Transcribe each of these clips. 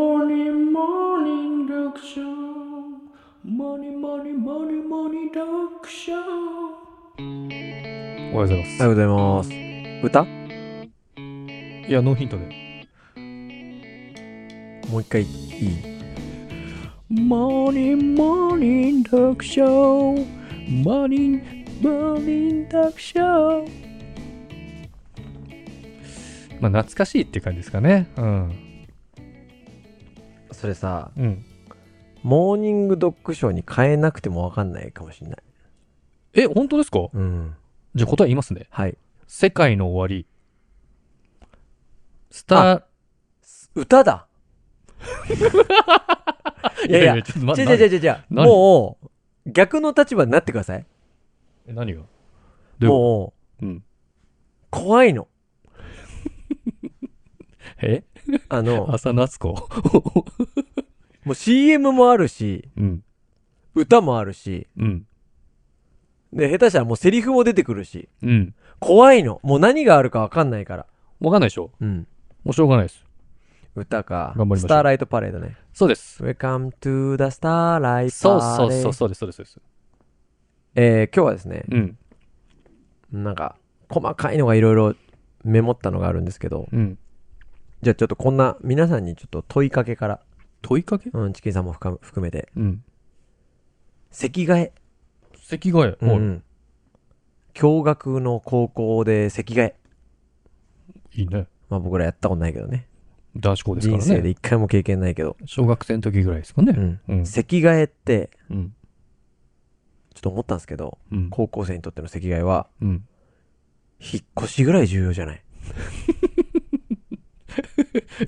Morning, morning, duck show. Morning, morning, morning, morning, duck show. おはようございます。おはようございます。歌いや、ノーヒントで。もう一回いい Morning, morning, duck show. Morning, morning, duck show. まあ、懐かしいって感じですかね。うん。それさ、うん。モーニングドッグショーに変えなくてもわかんないかもしんない。え、本当ですかうん。じゃあ答え言いますね。はい。世界の終わり。スタ 歌だー、いやいやちょっと待違っうて、違う違う違う。何もう、逆の立場になってください。え何がでも、もうん。う、怖いの。えあの、浅野敦子。もう CM もあるし、 うん。歌もあるし、うん。で、下手したらもうセリフも出てくるし、うん。怖いの。もう何があるかわかんないから。わかんないでしょうん。もうしょうがないです。歌か頑張りましょうスターライトパレードね。そうです。 Welcome to the Starlight そうそうそう、う。そうです、そうです。そうですえー、今日はですね、うん。なんか、細かいのがいろいろメモったのがあるんですけど、うん。じゃあちょっとこんな、皆さんにちょっと問いかけから、問いかけうん、チキンさんも含む含めて、うん。席替え。席替え。うおん。共学の高校で席替え。いいいね。まあ僕らやったことないけどね。男子校ですか人ら生でね。一回も経験ないけど。小学生の時ぐらいですかうね。ん。うん。席替えって、うん。ちょっと思ったんですけど、うん。高校生にとっての席替えは、うん。引っ越しぐらい重要じゃないい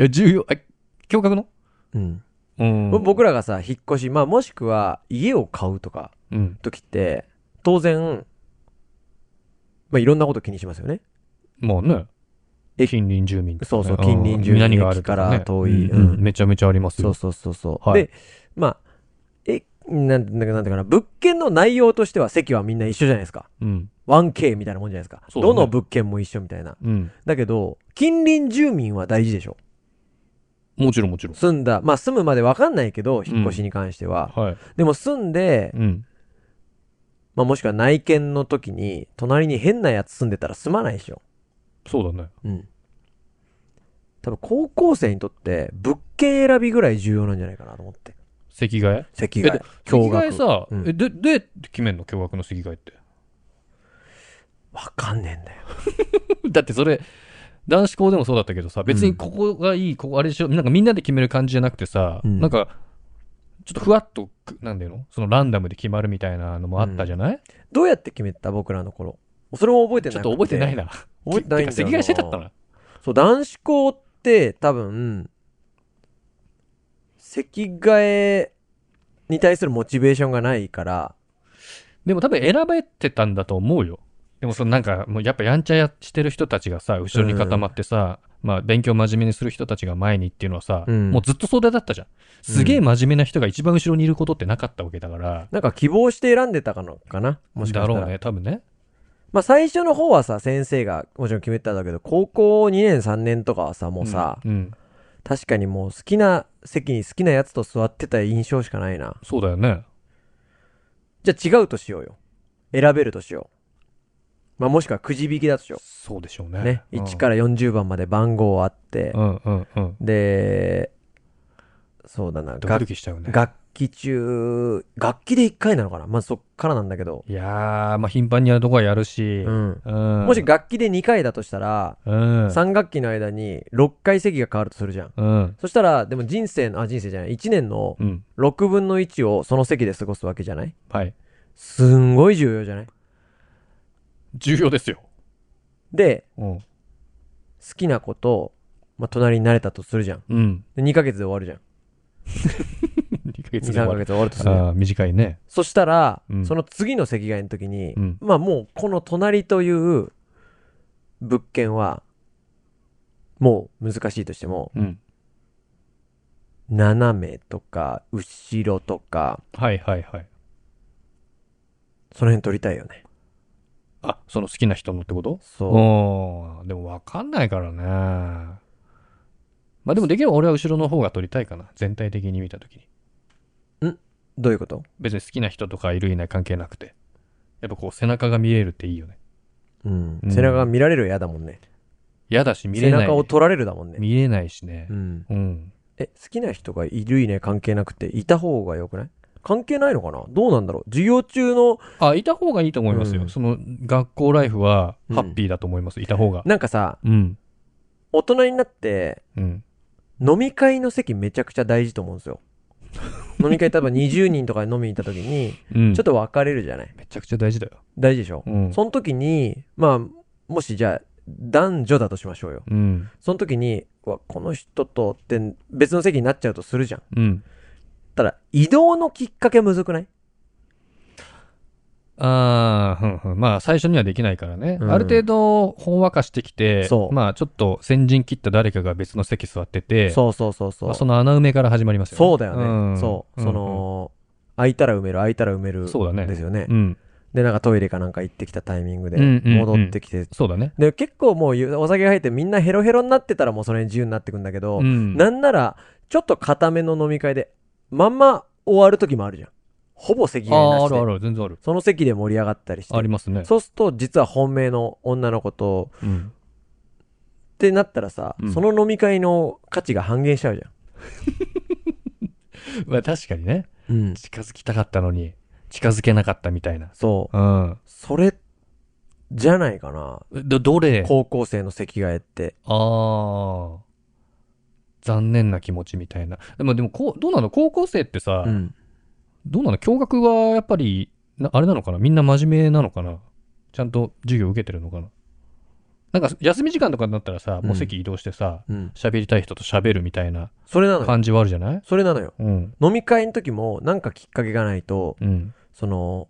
や、重要。え、驚愕のうん。うん僕らがさ、引っ越し、まあもしくは家を買うとか、うん。時って、当然、まあ、いろんなこと気にしますよね。まあね。え近隣住民とそうそうね近隣住民うん何があるとね駅から遠いうんうんめちゃめちゃありますそよう。そうそうそう。はいで、まあ、え、なんなんなんていうかな、物件の内容としては席はみんな一緒じゃないですか。うん。 1K みたいなもんじゃないですか。そうだねどの物件も一緒みたいな。うん。だけど、近隣住民は大事でしょ。もちろんもちろん。住んだ、まあ住むまでわかんないけど、引っ越しに関しては。はい。でも住んで、うん。まあもしくは内見の時に、隣に変なやつ住んでたら住まないでしょ。そうだね。うん。多分高校生にとって物件選びぐらい重要なんじゃないかなと思って。席替え席え替えで。席共替え学。さう、んえ、で、で、決めんの驚愕の席替えって。わかんねえんだよ。だってそれ、男子校でもそうだったけどさ、別にここがいい、ここあれでしょ、なんかみんなで決める感じじゃなくてさ、うんなんか、ちょっとふわっと、なんだよのそのランダムで決まるみたいなのもあったじゃないどうやって決めた僕らの頃。それも覚えてない。ちょっと覚えてないな。な。覚えてないんだよな。てか席替えしてたったな。そう、男子校って多分、席替えに対するモチベーションがないから、でも多分選べてたんだと思うよ。でもそのなんか、もうやっぱやんちゃやしてる人たちがさ、後ろに固まってさ、まあ勉強真面目にする人たちが前にっていうのはさ、うんもうずっとそれだったじゃん。すげえ真面目な人が一番後ろにいることってなかったわけだから、なんか希望して選んでたかのかなもしかしたら。だろうね、多分ね。まあ最初の方はさ、先生がもちろん決めてたんだけど、高校2年3年とかはさ、もうさ、うん、うん確かにもう好きな席に好きなやつと座ってた印象しかないな。そうだよね。じゃあ違うとしようよ。選べるとしよう。まあもしくはくじ引きだとしよそうでしょうう。ね。ね。うん1から40番まで番号あってう、んうんうん。で、そうだな、ドキド楽キしちゃうね。楽器中、楽器で1回なのかなまあそっからなんだけど。いやー、まあ頻繁にやるとこはやるし、うん。うんもし、楽器で2回だとしたら、うん。 3学期の間に6回席が変わるとするじゃん。うん。そしたら、でも人生の、あ、人生じゃない、1年のうん。 6分の1をその席で過ごすわけじゃないはい。すんごい重要じゃない重要ですよ。で、うん。好きな子と、まあ、隣になれたとするじゃん。うん。で、2ヶ月で終わるじゃん。 2ヶ月2、で終3わヶる月で終わるとするじゃん。あー短いね。そしたら、うんその次の席替えの時に、うんまあもうこの隣という物件は、もう難しいとしても、うん。斜めとか、後ろとか、はいはいはい。その辺取りたいよね。あ、その好きな人のってことそう。おーでも分かんないからね。まあでもできれば俺は後ろの方が撮りたいかな。全体的に見たときに。どういうこと別に好きな人とかいるいない関係なくて。やっぱこう背中が見えるっていいよね。うんうん背中が見られるやだもんね。嫌だし見れ背ない。中を取られるだもんね。見れないしねう。ん。うん。え、好きな人がいるいね関係なくて、いた方が良くない関係ないのかなどうなんだろう授業中の、あ、いた方がいいと思いますよ。うんその学校ライフはハッピーだと思います。いた方が。なんかさ、うん。大人になって、うん。飲み会の席めちゃくちゃ大事と思う んですよ。飲み会例えば20人とかで飲みに行った時に、うん。ちょっと別れるじゃないめちゃくちゃ大事だよ。大事でしょ、うん。その時に、まあ、もしじゃあ、男女だとしましょうよ。うん。その時に、うわ、この人とって別の席になっちゃうとするじゃうん。ん。ただ、移動のきっかけむずくないああ、ふんふん。まあ、最初にはできないからね。うんある程度、ほんわかしてきてそ、うまあ、ちょっと先陣切った誰かが別の席座ってて、そうそうそうそう。まあその穴埋めから始まりますよね。そうだよね。んそう。んその、空いたら埋める、空いたら埋める。そうだねですよね。うん。で、なんかトイレかなんか行ってきたタイミングで、うんうんうん戻ってきて、そうだね。で、結構もうゆお酒が入ってみんなヘロヘロになってたらもうそれに自由になってくんだけど、うん。なんなら、ちょっと固めの飲み会で、まんま終わる時もあるじゃん。ほぼ席入れなしあであ、あるある、全然ある。その席で盛り上がったりして。ありますね。そうすると、実は本命の女の子と、うん。ってなったらさ、うんその飲み会の価値が半減しちゃうじまあ、確かにね。ゃん。うん。近づきたかったのに、近づけなかったみたいな。そうそれ、じゃないかな。ん。ど、どれ高校生の席替えって。ああ。残念な気持ちみたいな。でも、でも、こう、どうなの高校生ってさ、うん。どうなの共学はやっぱり、なあれなのかなみんな真面目なのかなちゃんと授業受けてるのかななんか、休み時間とかになったらさ、もう席移動してさ、うん。喋りたい人と喋るみたいなそれなのよ。感じはあるじゃないそれなのよ。うん。飲み会の時も、なんかきっかけがないと、うん。その、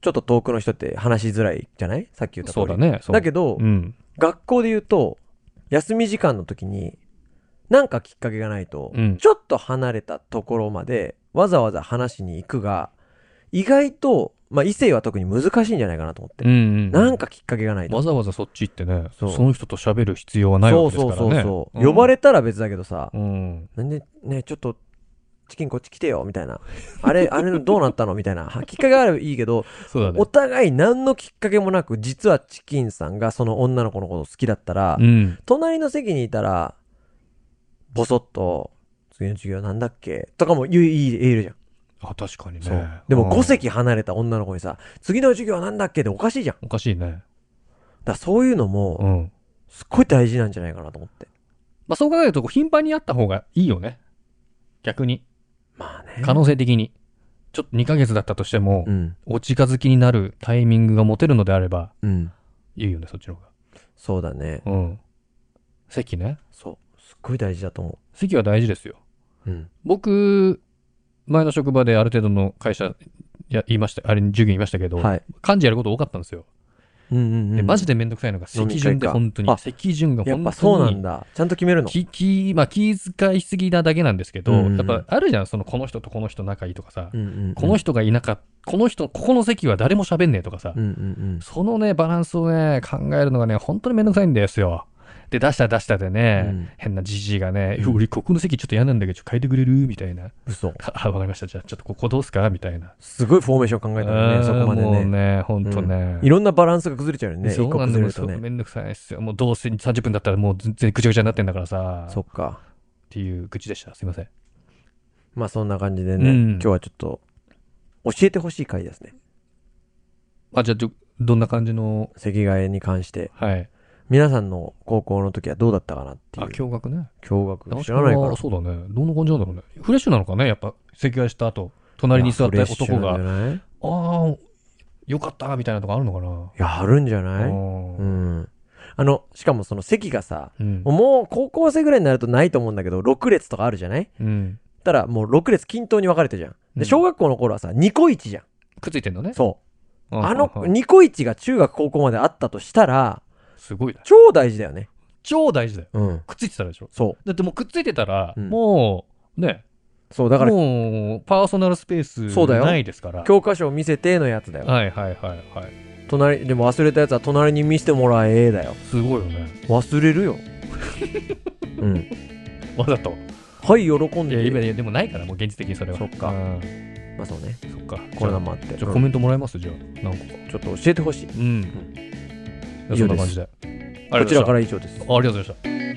ちょっと遠くの人って話しづらいじゃないさっき言った通そり。うだね。そうだけど、うん。学校で言うと、休み時間の時に、なんかきっかけがないと、うんちょっと離れたところまで、わざわざ話しに行くが、意外と、まあ、異性は特に難しいんじゃないかなと思って。うんうん。なんかきっかけがないと。わざわざそっち行ってね、そそうの人と喋る必要はないわけですからね。そうそうそうそう、呼ばれ、れたら別だけどさ、うん。なんでねちょっとチキンこっち来てよみたいなあれあれどうなったのみたいな はきっかけがあればいいけど、そうだねお。互い何のきっかけもなく実はチキンさんがその女の子のこと好きだったら、うん。隣の席にいたらボソッと「次の授業なんだっけ?」とかも言う言い言えるじゃん、あ、確かにね。そうでもうん5席離れた女の子にさ「次の授業なんだっけ?」っておかしいじゃんだかおかしいね。らそういうのうもん。すっごい大事なんじゃないかなと思ってまあそう考えると、頻繁に会った方がいいよね。逆に。まあね可能性的に。ちょっと2ヶ月だったとしても、うんお近づきになるタイミングが持てるのであれば、うんいいよね、そっちの方そうだねが。うん。席ね。そう。すっごい大事だと思席は大事ですよ。う。うん。僕、前の職場である程度の会社、いや、言いました、あれ、授業言いましたけど、はい。幹事やること多かったんですよ。うんうんうん。で、マジででめんどくさいのが、飲み席会順でか本当にあ。席順が本や当っに。ぱそうなんだ。ちゃんと決めるの。気、気、まあ気遣いしすぎなだけなんですけど、うんうんやっぱあるじゃん、その、この人とこの人仲いいとかさ、うんうんうん。この人がいなかっこの人、ここの席は誰も喋んねえとかさ、うんうんそのね、バランスをね、考えるのがね、本当にめんどくさいんですよ。で、出したら出したでね、うん変なじじいがね、うん俺、ここの席ちょっと嫌なんだけど、ちょっと変えてくれるみたいな。うん。嘘。あ、わかりました。じゃあ、ちょっとここどうすかみたいな。すごいフォーメーション考えたのあね、ーそこまでもうね。ね、ほんとね。いろんなバランスが崩れちゃうよね。そ一う個なんだ崩れよ。るそとうね。めんどくさいっすよ。もうどうせ30分だったらもう全然ぐちゃぐちゃになってんだからさ。そっか。っていう愚痴でした。すいません。まあそんな感じでうんね、今日はちょっと、教えてほしい回ですね。あ、じゃあ、ど、どんな感じの、席替えに関して。はい。皆さんの高校の時はどうだったかなっていあ、う。驚愕ね。驚愕。知らないかあら。そうだね。どんな感じなんだろうね。フレッシュなのかねやっぱ、席替えした後、隣に座った男いやフレッシュなんが、じゃないあいあ、よかった、みたいなとこあるのかなや、あるんじゃないいう。うんん。あの、しかもその席がさ、うんもう高校生ぐらいになるとないと思うんだけど、6列とかあるじゃないうん。たらもう6列均等に分かれてるじゃん。うんで、小学校の頃はさ、ニコイチじゃん。くっついてんのね。そう。うんあのはい、はいニコイチが中学高校まであったとしたら、すごいね。超大事だよね。超大事だよ。うん。くっついてたでしょそだってもうくっついてたら、うんもう、ね、う。そう、だから、もう、パーソナルスペースそうだよないですから。教科書を見せてのやつだよ。はいはいはいはい。隣、でも忘れたやつは隣に見せてもらえだよ。 すごいよね。忘れるよ。うん。わざと。はい、喜いんや、で。今、いやでもないから、もう現実的にそれは。そっかうんまあそうね。そっか。コロナじゃもあって。あじゃあうんコメントもらえますじゃあ、何個か。ちょっと教えてほしい。うん。いや以そ上んなです感じで。あこりがとうございましたちらから以上です。ありがとうございました。